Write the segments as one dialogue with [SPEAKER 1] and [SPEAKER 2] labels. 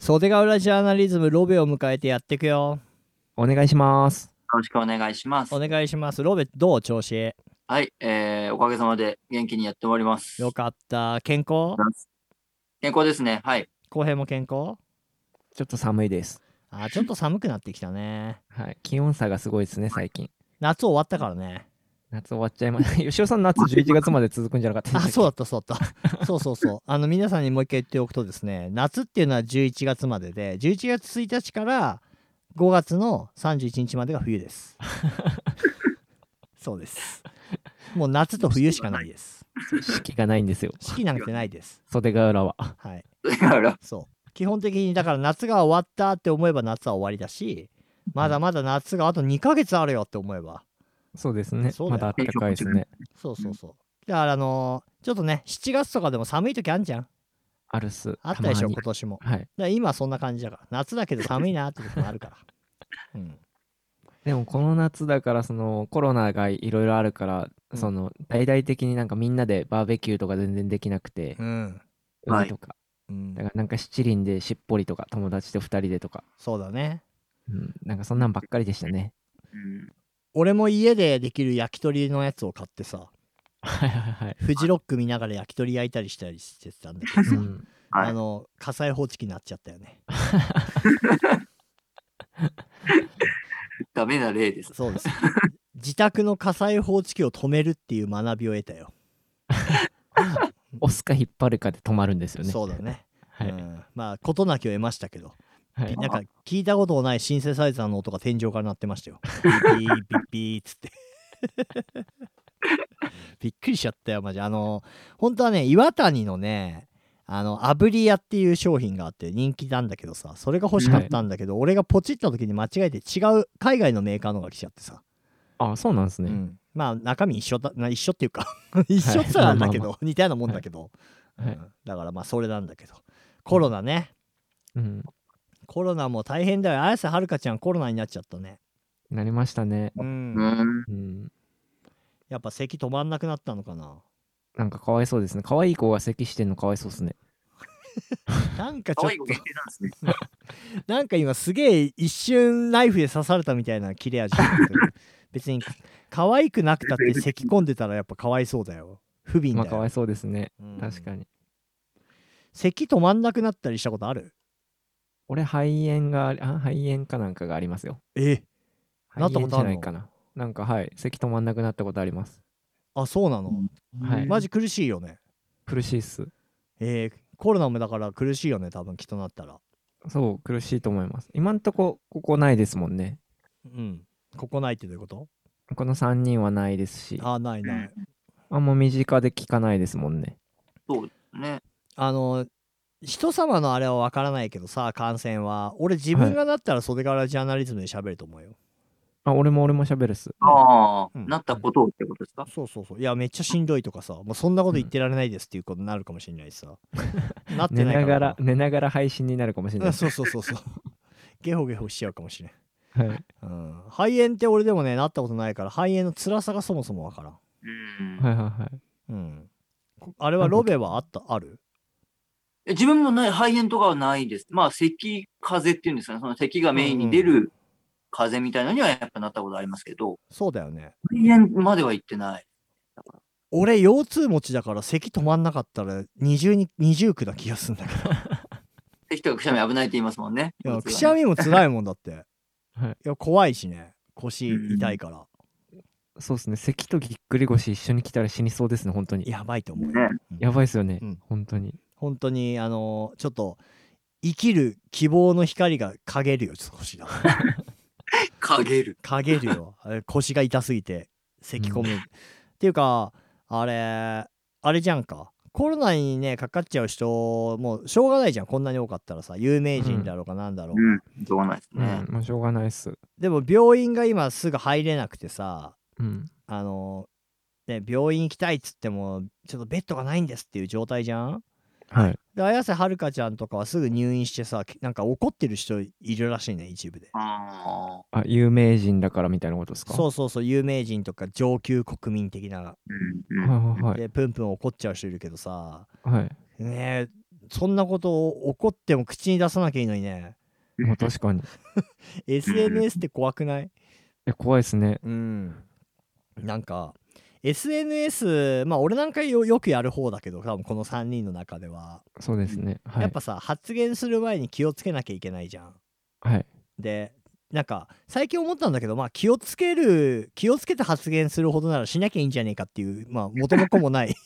[SPEAKER 1] 袖ヶ浦ジャーナリズムロベを迎えてやっていくよ
[SPEAKER 2] お願いします。
[SPEAKER 3] ろしくお願いします
[SPEAKER 1] お。願いしますロベどう調子
[SPEAKER 3] はい、えー、おかげさまで元気にやっております。
[SPEAKER 1] よかった健康
[SPEAKER 3] 健康ですね。はい。
[SPEAKER 1] 浩平も健康
[SPEAKER 2] ちょっと寒いです。
[SPEAKER 1] あーちょっと寒くなってきたね
[SPEAKER 2] はい。気温差がすごいですね、最近。
[SPEAKER 1] 夏終わったからね
[SPEAKER 2] 夏終わっちゃいま した。吉尾さん、夏11月まで続くんじゃ なかった
[SPEAKER 1] あ
[SPEAKER 2] でしたっけ
[SPEAKER 1] そうだったそうだった そうそうそうあの皆さんにもう一回言っておくとですね夏っていうのは11月までで11月1日から5月の31日までが冬です そうですもう夏と冬しかないです
[SPEAKER 2] 四季がないんですよ。
[SPEAKER 1] 四季なんてないです
[SPEAKER 2] 袖ヶ浦は。
[SPEAKER 1] はい
[SPEAKER 3] だから、
[SPEAKER 1] そう基本的にだから夏が終わったって思えば夏は終わりだしまだまだ夏があと2ヶ月あるよって思えば
[SPEAKER 2] そうですね。
[SPEAKER 1] そうだ
[SPEAKER 2] ま
[SPEAKER 1] よ
[SPEAKER 2] だ暖かいですね。
[SPEAKER 1] そうそうそうだからあのーちょっとね7月とかでも寒い時あんじゃん
[SPEAKER 2] アルス。
[SPEAKER 1] あったでしょ
[SPEAKER 2] た
[SPEAKER 1] 今年もだか
[SPEAKER 2] まにはい。
[SPEAKER 1] ら今そんな感じだから夏だけど寒いなってこともあるから、 うん、
[SPEAKER 2] でもこの夏だからそのコロナがいろいろあるから、
[SPEAKER 1] うん
[SPEAKER 2] その大々的になんかみんなでバーベキューとか全然できなくて、
[SPEAKER 1] うん
[SPEAKER 3] はい
[SPEAKER 2] 海とか
[SPEAKER 1] うん
[SPEAKER 2] だからなんか七輪でしっぽりとか友達と二人でとか、
[SPEAKER 1] そうだね
[SPEAKER 2] うん、なんかそんなんばっかりでしたね。
[SPEAKER 3] うん、
[SPEAKER 1] 俺も家でできる焼き鳥のやつを買ってさ
[SPEAKER 2] はいはいはい。
[SPEAKER 1] フジロック見ながら焼き鳥焼いたりしたりしてたんだけど
[SPEAKER 2] う
[SPEAKER 1] さ、
[SPEAKER 2] ん、
[SPEAKER 3] はい
[SPEAKER 1] あの火災報知器になっちゃったよね
[SPEAKER 3] ダメな例です。
[SPEAKER 1] そうです。 自宅の火災報知器を止めるっていう学びを得たよ。
[SPEAKER 2] 押すか引っ張るかで止まるんですよね。
[SPEAKER 1] そうだね。
[SPEAKER 2] はい、
[SPEAKER 1] うん、まあ事なきを得ましたけど、
[SPEAKER 2] はい。
[SPEAKER 1] なんか聞いたことのないシンセサイザーの音が天井から鳴ってましたよ。ピーピーピーピーっつって。 びっくりしちゃったよマジあの本当はね岩谷のねあの炙り屋っていう商品があって人気なんだけどさそれが欲しかったんだけど、俺がポチった時に間違えて違う海外のメーカーのが来ちゃってさ
[SPEAKER 2] あ、そうなんですね。
[SPEAKER 1] うん、まあ中身一緒だな一緒っていうか一緒っつったらあれだけど、似たようなもんだけど、
[SPEAKER 2] はい
[SPEAKER 1] うんだからまあそれなんだけどコロナね
[SPEAKER 2] うん。
[SPEAKER 1] コロナも大変だよ綾瀬はるかちゃんコロナになっちゃったね
[SPEAKER 2] なりましたね。
[SPEAKER 1] うん、
[SPEAKER 3] うん。
[SPEAKER 2] うん。
[SPEAKER 1] やっぱ咳止まんなくなったのかな
[SPEAKER 2] なんかかわいそうですね。可愛い子が咳してんのかわいそうですね。
[SPEAKER 1] なんかち
[SPEAKER 3] 可
[SPEAKER 1] ょっ
[SPEAKER 3] 愛い子限定なんですね。
[SPEAKER 1] となんか今すげえ一瞬ナイフで刺されたみたいな切れ味だけ ど別に可愛くなくたって咳込んでたらやっぱかわいそうだよ不憫
[SPEAKER 2] まあ
[SPEAKER 1] だ
[SPEAKER 2] か
[SPEAKER 1] よ、
[SPEAKER 2] わいそうですね。
[SPEAKER 1] うん
[SPEAKER 2] 確かに。
[SPEAKER 1] 咳止まんなくなったりしたことある
[SPEAKER 2] 俺、肺炎があり、あ、肺炎かなんかがありますよ。
[SPEAKER 1] えなったこ
[SPEAKER 2] 肺炎
[SPEAKER 1] と
[SPEAKER 2] じ
[SPEAKER 1] あ
[SPEAKER 2] ゃ
[SPEAKER 1] るの
[SPEAKER 2] ないかな。なんかはい、咳止まんなくなったことあります。
[SPEAKER 1] あそうなの、
[SPEAKER 2] はい
[SPEAKER 1] マジ苦しいよね
[SPEAKER 2] 苦しいっす。
[SPEAKER 1] えー、コロナもだから苦しいよね多分きっとなったら
[SPEAKER 2] そう、苦しいと思います。今んとこ、ここないですもんね。
[SPEAKER 1] うんここないってどういうこと
[SPEAKER 2] この3人はないですし、
[SPEAKER 1] あーないない
[SPEAKER 2] あんま身近で聞かないですもんね。
[SPEAKER 3] そうね。
[SPEAKER 1] あの人様のあれは分からないけどさ感染は俺自分がなったら袖からジャーナリズムで喋ると思うよ、
[SPEAKER 2] あ、俺も俺も喋るっす。
[SPEAKER 3] ああ、
[SPEAKER 1] うん
[SPEAKER 3] なったことをってことですか
[SPEAKER 1] そうそうそういやめっちゃしんどいとかさもうそんなこと言ってられないですっていうことになるかもしれないしさなって
[SPEAKER 2] 寝
[SPEAKER 1] ないから
[SPEAKER 2] ながら、寝ながら配信になるかもしれな
[SPEAKER 1] う
[SPEAKER 2] い
[SPEAKER 1] ん。そうそうそう そうゲホゲホしちゃうかもしれん、
[SPEAKER 2] はい、
[SPEAKER 1] うん、肺炎って俺でもねなったことないから肺炎の辛さがそもそも分からん
[SPEAKER 3] うん、
[SPEAKER 2] はいはいはい。
[SPEAKER 1] うんあれはロベはあったある
[SPEAKER 3] え自分もない肺炎とかはないです。まあ、咳、風邪っていうんですかね。その咳がメインに出る風邪みたいなのにはやっぱなったことありますけど、
[SPEAKER 1] そうだよね
[SPEAKER 3] 肺炎までは行ってない。
[SPEAKER 1] 俺腰痛持ちだから咳止まんなかったら二重に二重苦な気がするん だけ
[SPEAKER 3] 咳とかくしゃみ危ないって言いますもんね。
[SPEAKER 1] どいや
[SPEAKER 3] 腰痛はね
[SPEAKER 1] くしゃみも辛いもんだって、
[SPEAKER 2] はい
[SPEAKER 1] や怖いしね腰痛いから、
[SPEAKER 2] そうですね、咳とぎっくり腰一緒に来たら死にそうですね、本当に。や
[SPEAKER 1] やばいと思うよ、
[SPEAKER 3] ね
[SPEAKER 1] うん
[SPEAKER 2] ばいですよね、
[SPEAKER 1] うん
[SPEAKER 2] 本当に。
[SPEAKER 1] 本当にあのーちょっと生きる希望の光が陰るよ少し だ
[SPEAKER 3] かげる。
[SPEAKER 1] 陰るよあれ腰が痛すぎて咳込む、
[SPEAKER 2] う
[SPEAKER 1] っていうかあれあれじゃんかコロナにねかかっちゃう人もうしょうがないじゃんこんなに多かったらさ有名人だろうかなんだろうか、
[SPEAKER 3] うん、しょうがないです
[SPEAKER 2] う
[SPEAKER 3] ね
[SPEAKER 2] ん、。もうしょうがないっす。
[SPEAKER 1] でも病院が今すぐ入れなくてさ
[SPEAKER 2] うん、
[SPEAKER 1] あのね病院行きたいっつってもちょっとベッドがないんですっていう状態じゃん
[SPEAKER 2] はい。
[SPEAKER 1] で綾瀬はるかちゃんとかはすぐ入院してさきなんか怒ってる人いるらしいね一部で
[SPEAKER 3] ああ、
[SPEAKER 2] あ、有名人だからみたいなことですか
[SPEAKER 1] そうそうそう有名人とか上級国民的な
[SPEAKER 3] うん、うん。
[SPEAKER 2] はいはいはい。
[SPEAKER 1] でプンプン怒っちゃう人いるけどさ
[SPEAKER 2] はい、
[SPEAKER 1] ねえそんなことを怒っても口に出さなきゃいいのに ね
[SPEAKER 2] まあ確かに。い
[SPEAKER 1] SNS って怖くない
[SPEAKER 2] や怖いですね。
[SPEAKER 1] うんなんか SNS まあ俺なんかよよくやる方だけど多分この3人の中では、
[SPEAKER 2] そうですね。はい。
[SPEAKER 1] やっぱさ発言する前に気をつけなきゃいけないじゃん。
[SPEAKER 2] はい。
[SPEAKER 1] でなんか最近思ったんだけどまあ気をつける気をつけて発言するほどならしなきゃいいんじゃねえかっていうまあ元も子もない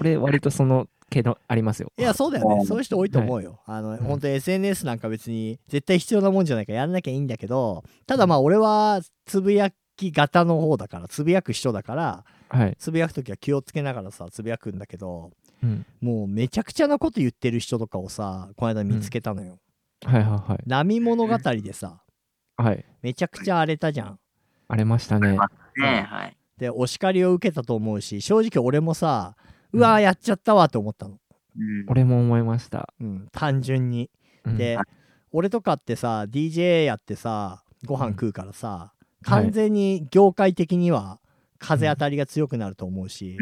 [SPEAKER 2] 俺、割とその系のありますよ。
[SPEAKER 1] いやそうだよ
[SPEAKER 3] あ
[SPEAKER 1] ね
[SPEAKER 3] ー
[SPEAKER 1] そういう人多いと思うよ、あの本当に SNS なんか別に絶対必要なもんじゃないからやんなきゃいいんだけどただまあ俺はつぶやき型の方だからつぶやく人だから
[SPEAKER 2] はい。
[SPEAKER 1] つぶやく時は気をつけながらさつぶやくんだけど
[SPEAKER 2] うん。
[SPEAKER 1] もうめちゃくちゃなこと言ってる人とかをさこの間見つけたのよ、
[SPEAKER 2] はいはいはい。
[SPEAKER 1] 波物語でさ
[SPEAKER 2] はい。
[SPEAKER 1] めちゃくちゃ荒れたじゃん
[SPEAKER 2] 荒れましたね。
[SPEAKER 3] ねはい。
[SPEAKER 1] でお叱りを受けたと思うし正直俺もさうわーやっちゃったわと思ったの、
[SPEAKER 3] うん
[SPEAKER 2] 俺も思いました。
[SPEAKER 1] うん、単純に。
[SPEAKER 2] うん
[SPEAKER 1] で、俺とかってさ DJ やってさご飯食うからさ、
[SPEAKER 2] い
[SPEAKER 1] 完全に業界的には風当たりが強くなると思うし、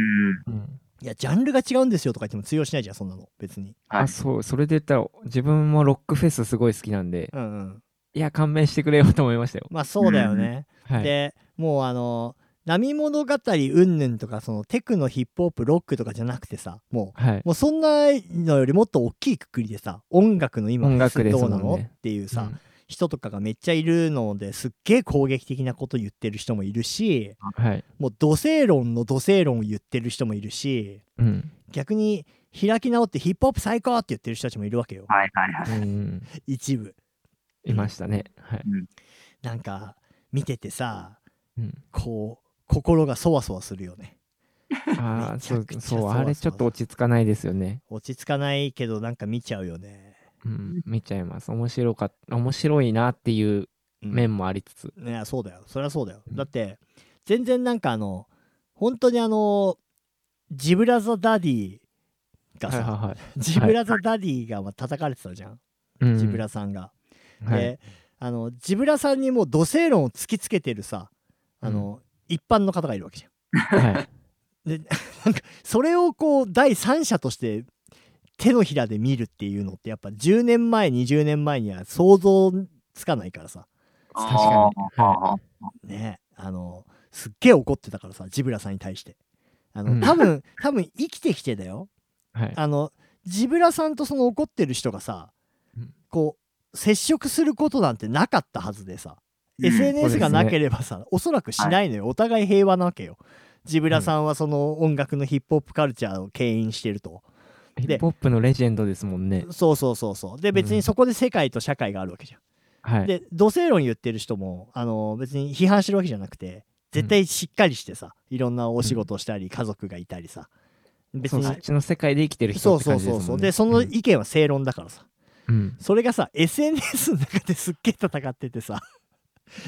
[SPEAKER 3] うん
[SPEAKER 2] うん
[SPEAKER 1] いやジャンルが違うんですよとか言っても通用しないじゃんそんなの別に。
[SPEAKER 3] は
[SPEAKER 2] あ
[SPEAKER 3] い
[SPEAKER 2] そうそれで言ったら自分もロックフェスすごい好きなんで
[SPEAKER 1] うんうん、
[SPEAKER 2] いや勘弁してくれよと思いましたよ、
[SPEAKER 1] まあそうだよね。
[SPEAKER 2] はい、
[SPEAKER 1] でもうあの波物語うんぬんとかそのテクノヒップホップロックとかじゃなくてさもう
[SPEAKER 2] はい、
[SPEAKER 1] もうそんなのよりもっと大きいくくりでさ音楽の今
[SPEAKER 2] 音楽です
[SPEAKER 1] どう
[SPEAKER 2] も
[SPEAKER 1] ん
[SPEAKER 2] ね
[SPEAKER 1] なの、っていうさ、
[SPEAKER 2] うん
[SPEAKER 1] 人とかがめっちゃいるのですっげえ攻撃的なこと言ってる人もいるし
[SPEAKER 2] はい
[SPEAKER 1] もう土星論の土星論を言ってる人もいるし
[SPEAKER 2] うん
[SPEAKER 1] 逆に開き直ってヒップホップ最高って言ってる人たちもいるわけよ
[SPEAKER 3] はいはいはい。
[SPEAKER 2] うん
[SPEAKER 1] 一部
[SPEAKER 2] いましたねはい、
[SPEAKER 1] なんか見ててさ
[SPEAKER 2] うん、
[SPEAKER 1] こう心がそわそわするよね
[SPEAKER 2] ああ
[SPEAKER 1] めち
[SPEAKER 2] そ
[SPEAKER 1] ゃ
[SPEAKER 2] う
[SPEAKER 1] くちゃ
[SPEAKER 2] そ
[SPEAKER 1] そうわ
[SPEAKER 2] あれちょっと落ち着かないですよね
[SPEAKER 1] 落ち着かないけどなんか見ちゃうよね、
[SPEAKER 2] うん見ちゃいます面白かっ面白いなっていう
[SPEAKER 1] うん
[SPEAKER 2] 面もありつつ、
[SPEAKER 1] いやそうだよそりゃそうだよ、
[SPEAKER 2] うん
[SPEAKER 1] だって全然なんかあの本当にあのジブラザダディが
[SPEAKER 2] はい
[SPEAKER 1] さ、
[SPEAKER 2] はいはい
[SPEAKER 1] ジブラザダディがまあ叩かれてたじゃん、
[SPEAKER 2] うん
[SPEAKER 1] ジブラさんが、
[SPEAKER 2] はい
[SPEAKER 1] であのジブラさんにもう土星論を突きつけてるさあの、一般の方がいるわけじゃん
[SPEAKER 2] はい
[SPEAKER 1] でなんかそれをこう第三者として手のひらで見るっていうのってやっぱ10年前20年前には想像つかないからさ
[SPEAKER 2] 確かには
[SPEAKER 1] ねあのすっげえ怒ってたからさジブラさんに対してあの、
[SPEAKER 2] うん
[SPEAKER 1] 多分多分生きてきてだよ
[SPEAKER 2] はい
[SPEAKER 1] あのジブラさんとその怒ってる人がさ
[SPEAKER 2] うん
[SPEAKER 1] こう接触することなんてなかったはずでさ、
[SPEAKER 3] うん
[SPEAKER 2] そうで
[SPEAKER 1] SNS
[SPEAKER 2] す
[SPEAKER 1] が
[SPEAKER 2] ね
[SPEAKER 1] なければさ、おそらくしないのよ、お互い平和なわけよジブラさんはその音楽のヒップホップカルチャーを牽引してると、
[SPEAKER 2] ヒップホップのレジェンドですもんね
[SPEAKER 1] そうそうそうそうで別
[SPEAKER 2] う
[SPEAKER 1] に
[SPEAKER 2] ん
[SPEAKER 1] そこで世界と社会があるわけじゃん
[SPEAKER 2] はい
[SPEAKER 1] で土星論言ってる人もあの別に批判してるわけじゃなくて絶対しっかりしてさ、いろんなお仕事をしたり、家族がいたりさ別
[SPEAKER 2] そう
[SPEAKER 1] に
[SPEAKER 2] そっちの世界で生きてる
[SPEAKER 1] そ
[SPEAKER 2] 人
[SPEAKER 1] う
[SPEAKER 2] って
[SPEAKER 1] そ
[SPEAKER 2] 感
[SPEAKER 1] う
[SPEAKER 2] じで
[SPEAKER 1] そ
[SPEAKER 2] す
[SPEAKER 1] うん
[SPEAKER 2] もね
[SPEAKER 1] そうでその
[SPEAKER 2] うん
[SPEAKER 1] 意見は正論だからさ、
[SPEAKER 2] うん
[SPEAKER 1] それがさ SNS の中ですっげえ戦っててさ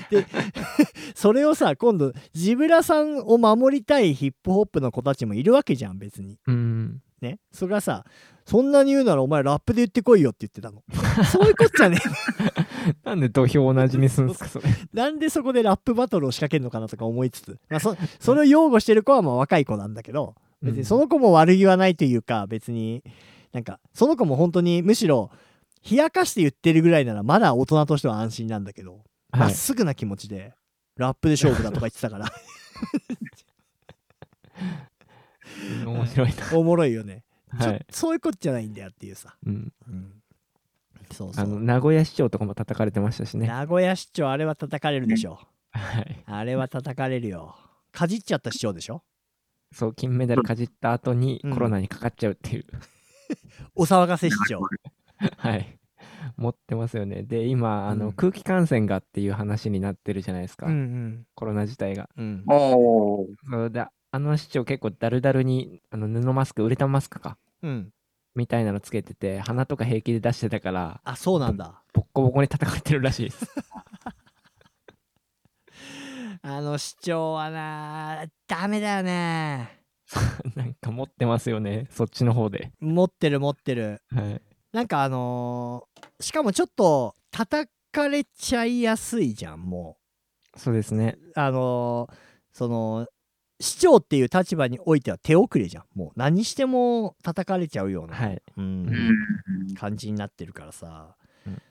[SPEAKER 1] で それをさ今度ジブラさんを守りたいヒップホップの子たちもいるわけじゃん別に
[SPEAKER 2] うん
[SPEAKER 1] ねそれがさそんなに言うならお前ラップで言ってこいよって言って たのそういうことじゃねえ
[SPEAKER 2] なんで土俵同じにするんですかそれ。
[SPEAKER 1] なんでそこでラップバトルを仕掛けるのかなとか思いつつ、まあ、 そそれを擁護してる子はまあ若い子なんだけど別にその子も悪気はないというか別になんかその子も本当にむしろ冷やかして言ってるぐらいならまだ大人としては安心なんだけどま
[SPEAKER 2] は
[SPEAKER 1] っ
[SPEAKER 2] い、
[SPEAKER 1] すぐな気持ちでラップで勝負だとか言ってた から
[SPEAKER 2] 面白いな。
[SPEAKER 1] おもろいよね、ちょ
[SPEAKER 2] はい。
[SPEAKER 1] そういうことじゃないんだよっていうさ、
[SPEAKER 2] うん、
[SPEAKER 1] そうそ
[SPEAKER 2] あの
[SPEAKER 1] う
[SPEAKER 2] 名古屋市長とかも叩かれてましたしね。
[SPEAKER 1] 名古屋市長あれは叩かれるでしょ
[SPEAKER 2] はい。
[SPEAKER 1] あれは叩かれるよかじっちゃった市長でしょ
[SPEAKER 2] そう、金メダルかじった後に
[SPEAKER 1] うん
[SPEAKER 2] コロナにかかっちゃうっ ていう。
[SPEAKER 1] お騒がせ市長
[SPEAKER 2] はい。持ってますよね。で、今、あ
[SPEAKER 1] うん
[SPEAKER 2] の空気感染がっていう話になってるじゃないですか。
[SPEAKER 1] ん
[SPEAKER 2] コロナ自体が。
[SPEAKER 1] うんうん
[SPEAKER 3] おお。
[SPEAKER 2] それで、あの市長結構ダルダルにあの布マスク、ウレタンマスクか。
[SPEAKER 1] うん
[SPEAKER 2] みたいなのつけてて、鼻とか平気で出してたから、
[SPEAKER 1] あそうなんだ
[SPEAKER 2] ボッコボコに叩かれてるらしい です。
[SPEAKER 1] あの市長はなダメだよね
[SPEAKER 2] なんか持ってますよね、そっちの方で。
[SPEAKER 1] 持ってる持ってる
[SPEAKER 2] はい。
[SPEAKER 1] なんかあのーしかもちょっと叩かれちゃいやすいじゃんも
[SPEAKER 2] そうですね。
[SPEAKER 1] うあのーその市長っていう立場においては手遅れじゃんもう何しても叩かれちゃうような、
[SPEAKER 2] はい。
[SPEAKER 1] うん
[SPEAKER 3] うん
[SPEAKER 1] 感じになってるからさ、
[SPEAKER 2] うん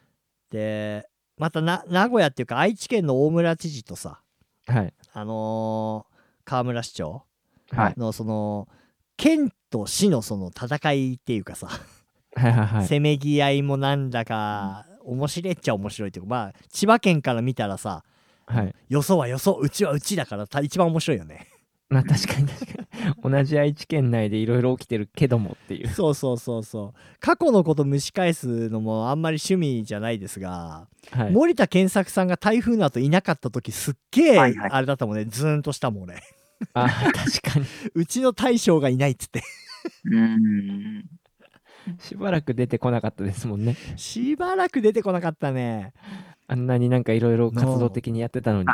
[SPEAKER 1] でまたな名古屋っていうか愛知県の大村知事とさ
[SPEAKER 2] はい。
[SPEAKER 1] あのー河村市長
[SPEAKER 2] はい。
[SPEAKER 1] のその県と市のその戦いっていうかさ、
[SPEAKER 2] はいはいはい。
[SPEAKER 1] せめぎ合いもなんだか面白いっちゃ面白いっていうかまあ千葉県から見たらさ
[SPEAKER 2] はい。
[SPEAKER 1] よそはよそうちはうちだからた一番面白いよ ね
[SPEAKER 2] まあ確かに確かに。同じ愛知県内でいろいろ起きてるけどもっていう。
[SPEAKER 1] そうそうそうそう過去のこと蒸し返すのもあんまり趣味じゃないですが、
[SPEAKER 2] はい。
[SPEAKER 1] 森田健作さんが台風の後いなかった時すっげえ
[SPEAKER 3] はいはい
[SPEAKER 1] あれだったもんねズーンとしたもん俺
[SPEAKER 2] あ、 確かに。
[SPEAKER 1] うちの大将がいないっつって
[SPEAKER 3] うん
[SPEAKER 2] しばらく出てこなかったですもんね。
[SPEAKER 1] しばらく出てこなかった ね
[SPEAKER 2] あんなになんかいろいろ活動的にやってたのに。
[SPEAKER 3] だ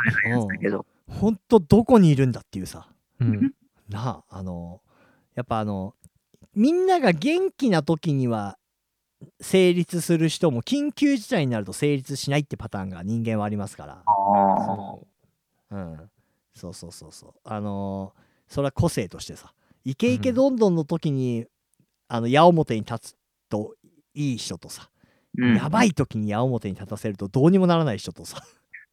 [SPEAKER 3] けど。
[SPEAKER 1] ほんとどこにいるんだっていうさ
[SPEAKER 2] うん。
[SPEAKER 1] なああのやっぱあのみんなが元気な時には成立する人も緊急事態になると成立しないってパターンが人間はありますか
[SPEAKER 3] ああ。
[SPEAKER 2] そ
[SPEAKER 1] ら、うん、そうそうそうそうあのそれは個性としてさイケイケどんどんの時に、あの矢面に立つといい人とさ、
[SPEAKER 3] うん
[SPEAKER 1] やばい時に矢面に立たせるとどうにもならない人とさ
[SPEAKER 2] う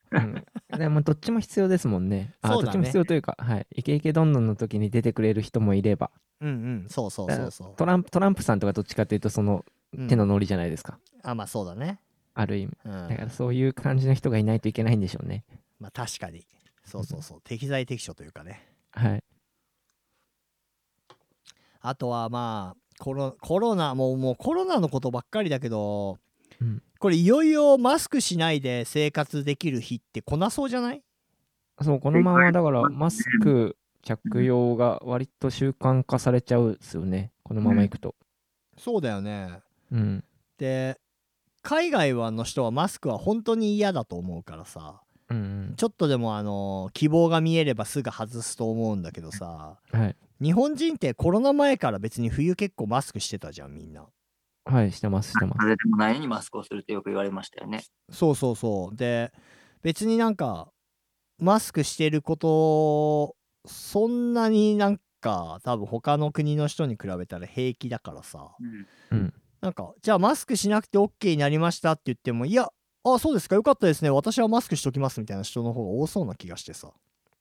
[SPEAKER 2] うん、でもどっちも必要ですもんね。あ
[SPEAKER 1] そう
[SPEAKER 2] ど
[SPEAKER 1] だね
[SPEAKER 2] っちも必要というか、はい。イケイケどんどんの時に出てくれる人もいれば、
[SPEAKER 1] うんうんそうそうそうそ
[SPEAKER 2] トランプトランプさんとかどっちかというとその
[SPEAKER 1] う、うん
[SPEAKER 2] 手のノリじゃないですか。
[SPEAKER 1] あまあそうだね、
[SPEAKER 2] ある意味。
[SPEAKER 1] うん、
[SPEAKER 2] だからそういう感じの人がいないといけないんでしょうね。
[SPEAKER 1] まあ確かにそうそうそう適材適所というかね
[SPEAKER 2] はい。
[SPEAKER 1] あとはまあコロコロナもうもうコロナのことばっかりだけど
[SPEAKER 2] うん、
[SPEAKER 1] これいよいよマスクしないで生活できる日ってこなそうじゃない
[SPEAKER 2] そう、このままだからマスク着用が割と習慣化されちゃうですよね。このままいくと。
[SPEAKER 1] そうだよね
[SPEAKER 2] うん。
[SPEAKER 1] で海外はの人はマスクは本当に嫌だと思うからさ
[SPEAKER 2] うん。
[SPEAKER 1] ちょっとでもあの希望が見えればすぐ外すと思うんだけどさ
[SPEAKER 2] はい。
[SPEAKER 1] 日本人ってコロナ前から別に冬結構マスクしてたじゃんみんな
[SPEAKER 2] はい、してます、してます。
[SPEAKER 3] 風邪でもないのにマスクをするってよく言われましたよね。
[SPEAKER 1] そうそうそうで別になんかマスクしてることそんなになんか多分他の国の人に比べたら平気だからさ
[SPEAKER 2] うん。
[SPEAKER 1] なんかじゃあマスクしなくて OK になりましたって言ってもいやあそうですかよかったですね私はマスクしときますみたいな人の方が多そうな気がしてさ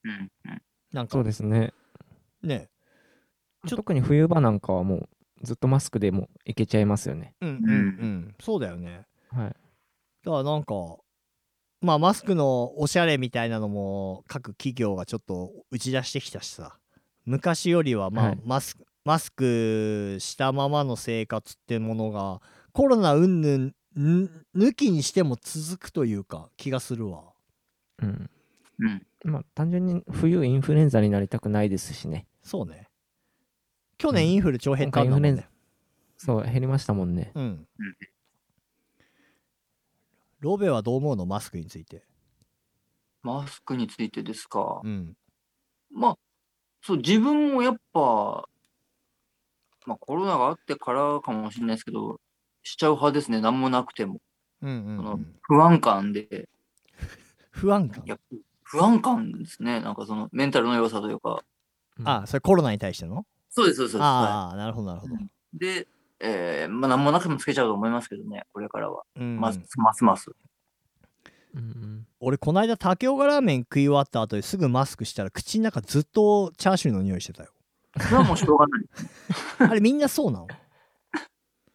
[SPEAKER 3] うんうん
[SPEAKER 1] なん
[SPEAKER 2] そ
[SPEAKER 1] か
[SPEAKER 2] うですね。
[SPEAKER 1] ねちょ
[SPEAKER 2] 特に冬場なんかはもうずっとマスクでもいけちゃいますよね。
[SPEAKER 1] うんうんうんそうだよね
[SPEAKER 2] はい。
[SPEAKER 1] だからなんかまあマスクのおしゃれみたいなのも各企業がちょっと打ち出してきたしさ昔よりはまあ、
[SPEAKER 2] はい
[SPEAKER 1] マスクマスクしたままの生活ってものがコロナ云々ぬ抜きにしても続くというか気がするわ
[SPEAKER 2] うん。
[SPEAKER 3] うん
[SPEAKER 2] まあ、単純に冬インフルエンザになりたくないですしね。
[SPEAKER 1] そうね去年インフル超減ったんだもん
[SPEAKER 2] 今回
[SPEAKER 1] ね
[SPEAKER 2] そう、減りましたもんね。
[SPEAKER 1] うん
[SPEAKER 3] うん
[SPEAKER 1] ロベはどう思うのマスクについて
[SPEAKER 3] マスクについてですか
[SPEAKER 1] う。ん
[SPEAKER 3] まあ、そう、自分もやっぱ、まあコロナがあってからかもしれないですけど、しちゃう派ですね、何もなくても。
[SPEAKER 1] うんうん、う
[SPEAKER 3] その
[SPEAKER 1] ん、
[SPEAKER 3] 不安感で、
[SPEAKER 1] 不安感
[SPEAKER 3] いや不安感ですね、なんかそのメンタルの良さというか。
[SPEAKER 1] あそれコロナに対しての
[SPEAKER 3] そうです、そうです。そうですは
[SPEAKER 1] ああなるほどなるほど、
[SPEAKER 3] いで、えーまあ何もなくてもつけちゃうと思いますけどね、これからは。
[SPEAKER 1] うん
[SPEAKER 3] ますますます。
[SPEAKER 2] うんうん。
[SPEAKER 1] 俺この間竹岡ラーメン食い終わった後ですぐマスクしたら口の中ずっとチャーシューの匂いして たよ
[SPEAKER 3] それはもうしょうが ない。
[SPEAKER 1] あれみんなそうなの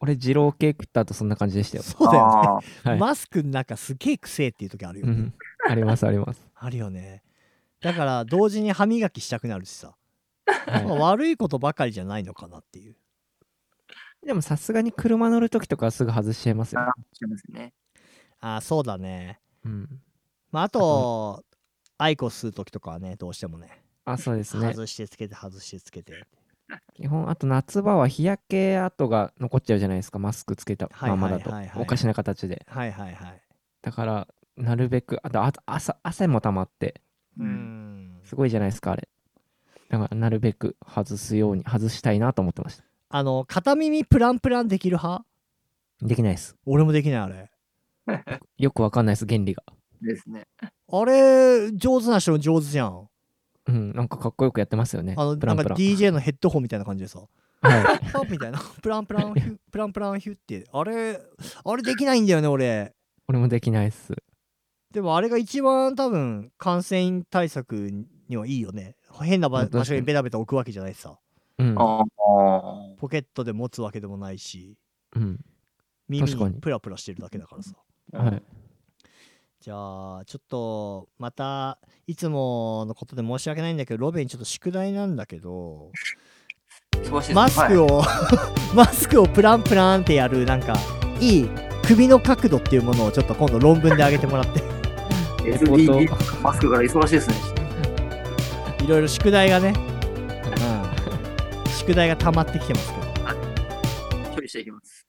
[SPEAKER 2] 俺、二郎系食った後そんな感じでしたよ。
[SPEAKER 1] そうだよね、
[SPEAKER 3] あー
[SPEAKER 2] はい
[SPEAKER 1] マスクの中すげえくせえっていう時あるよ
[SPEAKER 2] う
[SPEAKER 1] ね、
[SPEAKER 2] ん。あります、あり ます。
[SPEAKER 1] あるよねだから同時に歯磨きしたくなるしさ、
[SPEAKER 2] はい
[SPEAKER 1] まあ悪いことばかりじゃないのかなっていう
[SPEAKER 2] でもさすがに車乗るときとかはすぐ外しちゃいますよ。
[SPEAKER 3] あしますね。
[SPEAKER 1] ああそうだね
[SPEAKER 2] うん。
[SPEAKER 1] まああとアイコス吸う時とかはねどうしてもね
[SPEAKER 2] あ、そうですね。
[SPEAKER 1] 外してつけて外してつけて
[SPEAKER 2] 基本、あと夏場は日焼け跡が残っちゃうじゃないですか。マスクつけたままだと
[SPEAKER 1] はいはいはいは。い
[SPEAKER 2] おかしな形で。
[SPEAKER 1] はいはいはい
[SPEAKER 2] だから、なるべく、あと、あと朝、汗も溜まって。
[SPEAKER 1] う
[SPEAKER 3] うん
[SPEAKER 1] ん
[SPEAKER 2] すごいじゃないですか、あれ。だから、なるべく外すように、外したいなと思ってました。
[SPEAKER 1] あの片耳プランプランできる派
[SPEAKER 2] できないです。
[SPEAKER 1] 俺もできないあれ
[SPEAKER 2] よくわかんないです、原理が。
[SPEAKER 3] ですね。
[SPEAKER 1] あれ上手な人上手じゃん
[SPEAKER 2] ううん、なんかかっこよくやってますよね。
[SPEAKER 1] あの
[SPEAKER 2] プ
[SPEAKER 1] なん
[SPEAKER 2] ラン
[SPEAKER 1] か
[SPEAKER 2] プラン。
[SPEAKER 1] DJ のヘッドホンみたいな感じでさ
[SPEAKER 2] はい。
[SPEAKER 1] パッみたいな プランプランヒュプランプランヒュってあれあれできないんだよね俺
[SPEAKER 2] 俺もできないっす。
[SPEAKER 1] でもあれが一番多分感染対策にはいいよね変な
[SPEAKER 2] ま
[SPEAKER 1] 場
[SPEAKER 2] あ確かに
[SPEAKER 1] 場所にベタベタ置くわけじゃないしさ
[SPEAKER 2] うん。
[SPEAKER 3] ああ。
[SPEAKER 1] ポケットで持つわけでもないし
[SPEAKER 2] うん。
[SPEAKER 1] 耳
[SPEAKER 2] 確か
[SPEAKER 1] に
[SPEAKER 2] に
[SPEAKER 1] プラプラしてるだけだからさ
[SPEAKER 2] はい。
[SPEAKER 1] じゃあちょっとまたいつものことで申し訳ないんだけどロベにちょっと宿題なんだけど
[SPEAKER 3] 忙しいです
[SPEAKER 1] マスク
[SPEAKER 3] を。
[SPEAKER 1] を、 マスクをプランプランってやるなんかいい首の角度っていうものをちょっと今度論文で上げてもらって
[SPEAKER 3] はい、
[SPEAKER 2] レポート
[SPEAKER 3] SDG マスクから忙しいですね。
[SPEAKER 1] いろいろ宿題がね、うん、宿題が溜まってきてますけど。
[SPEAKER 3] 処理していきます。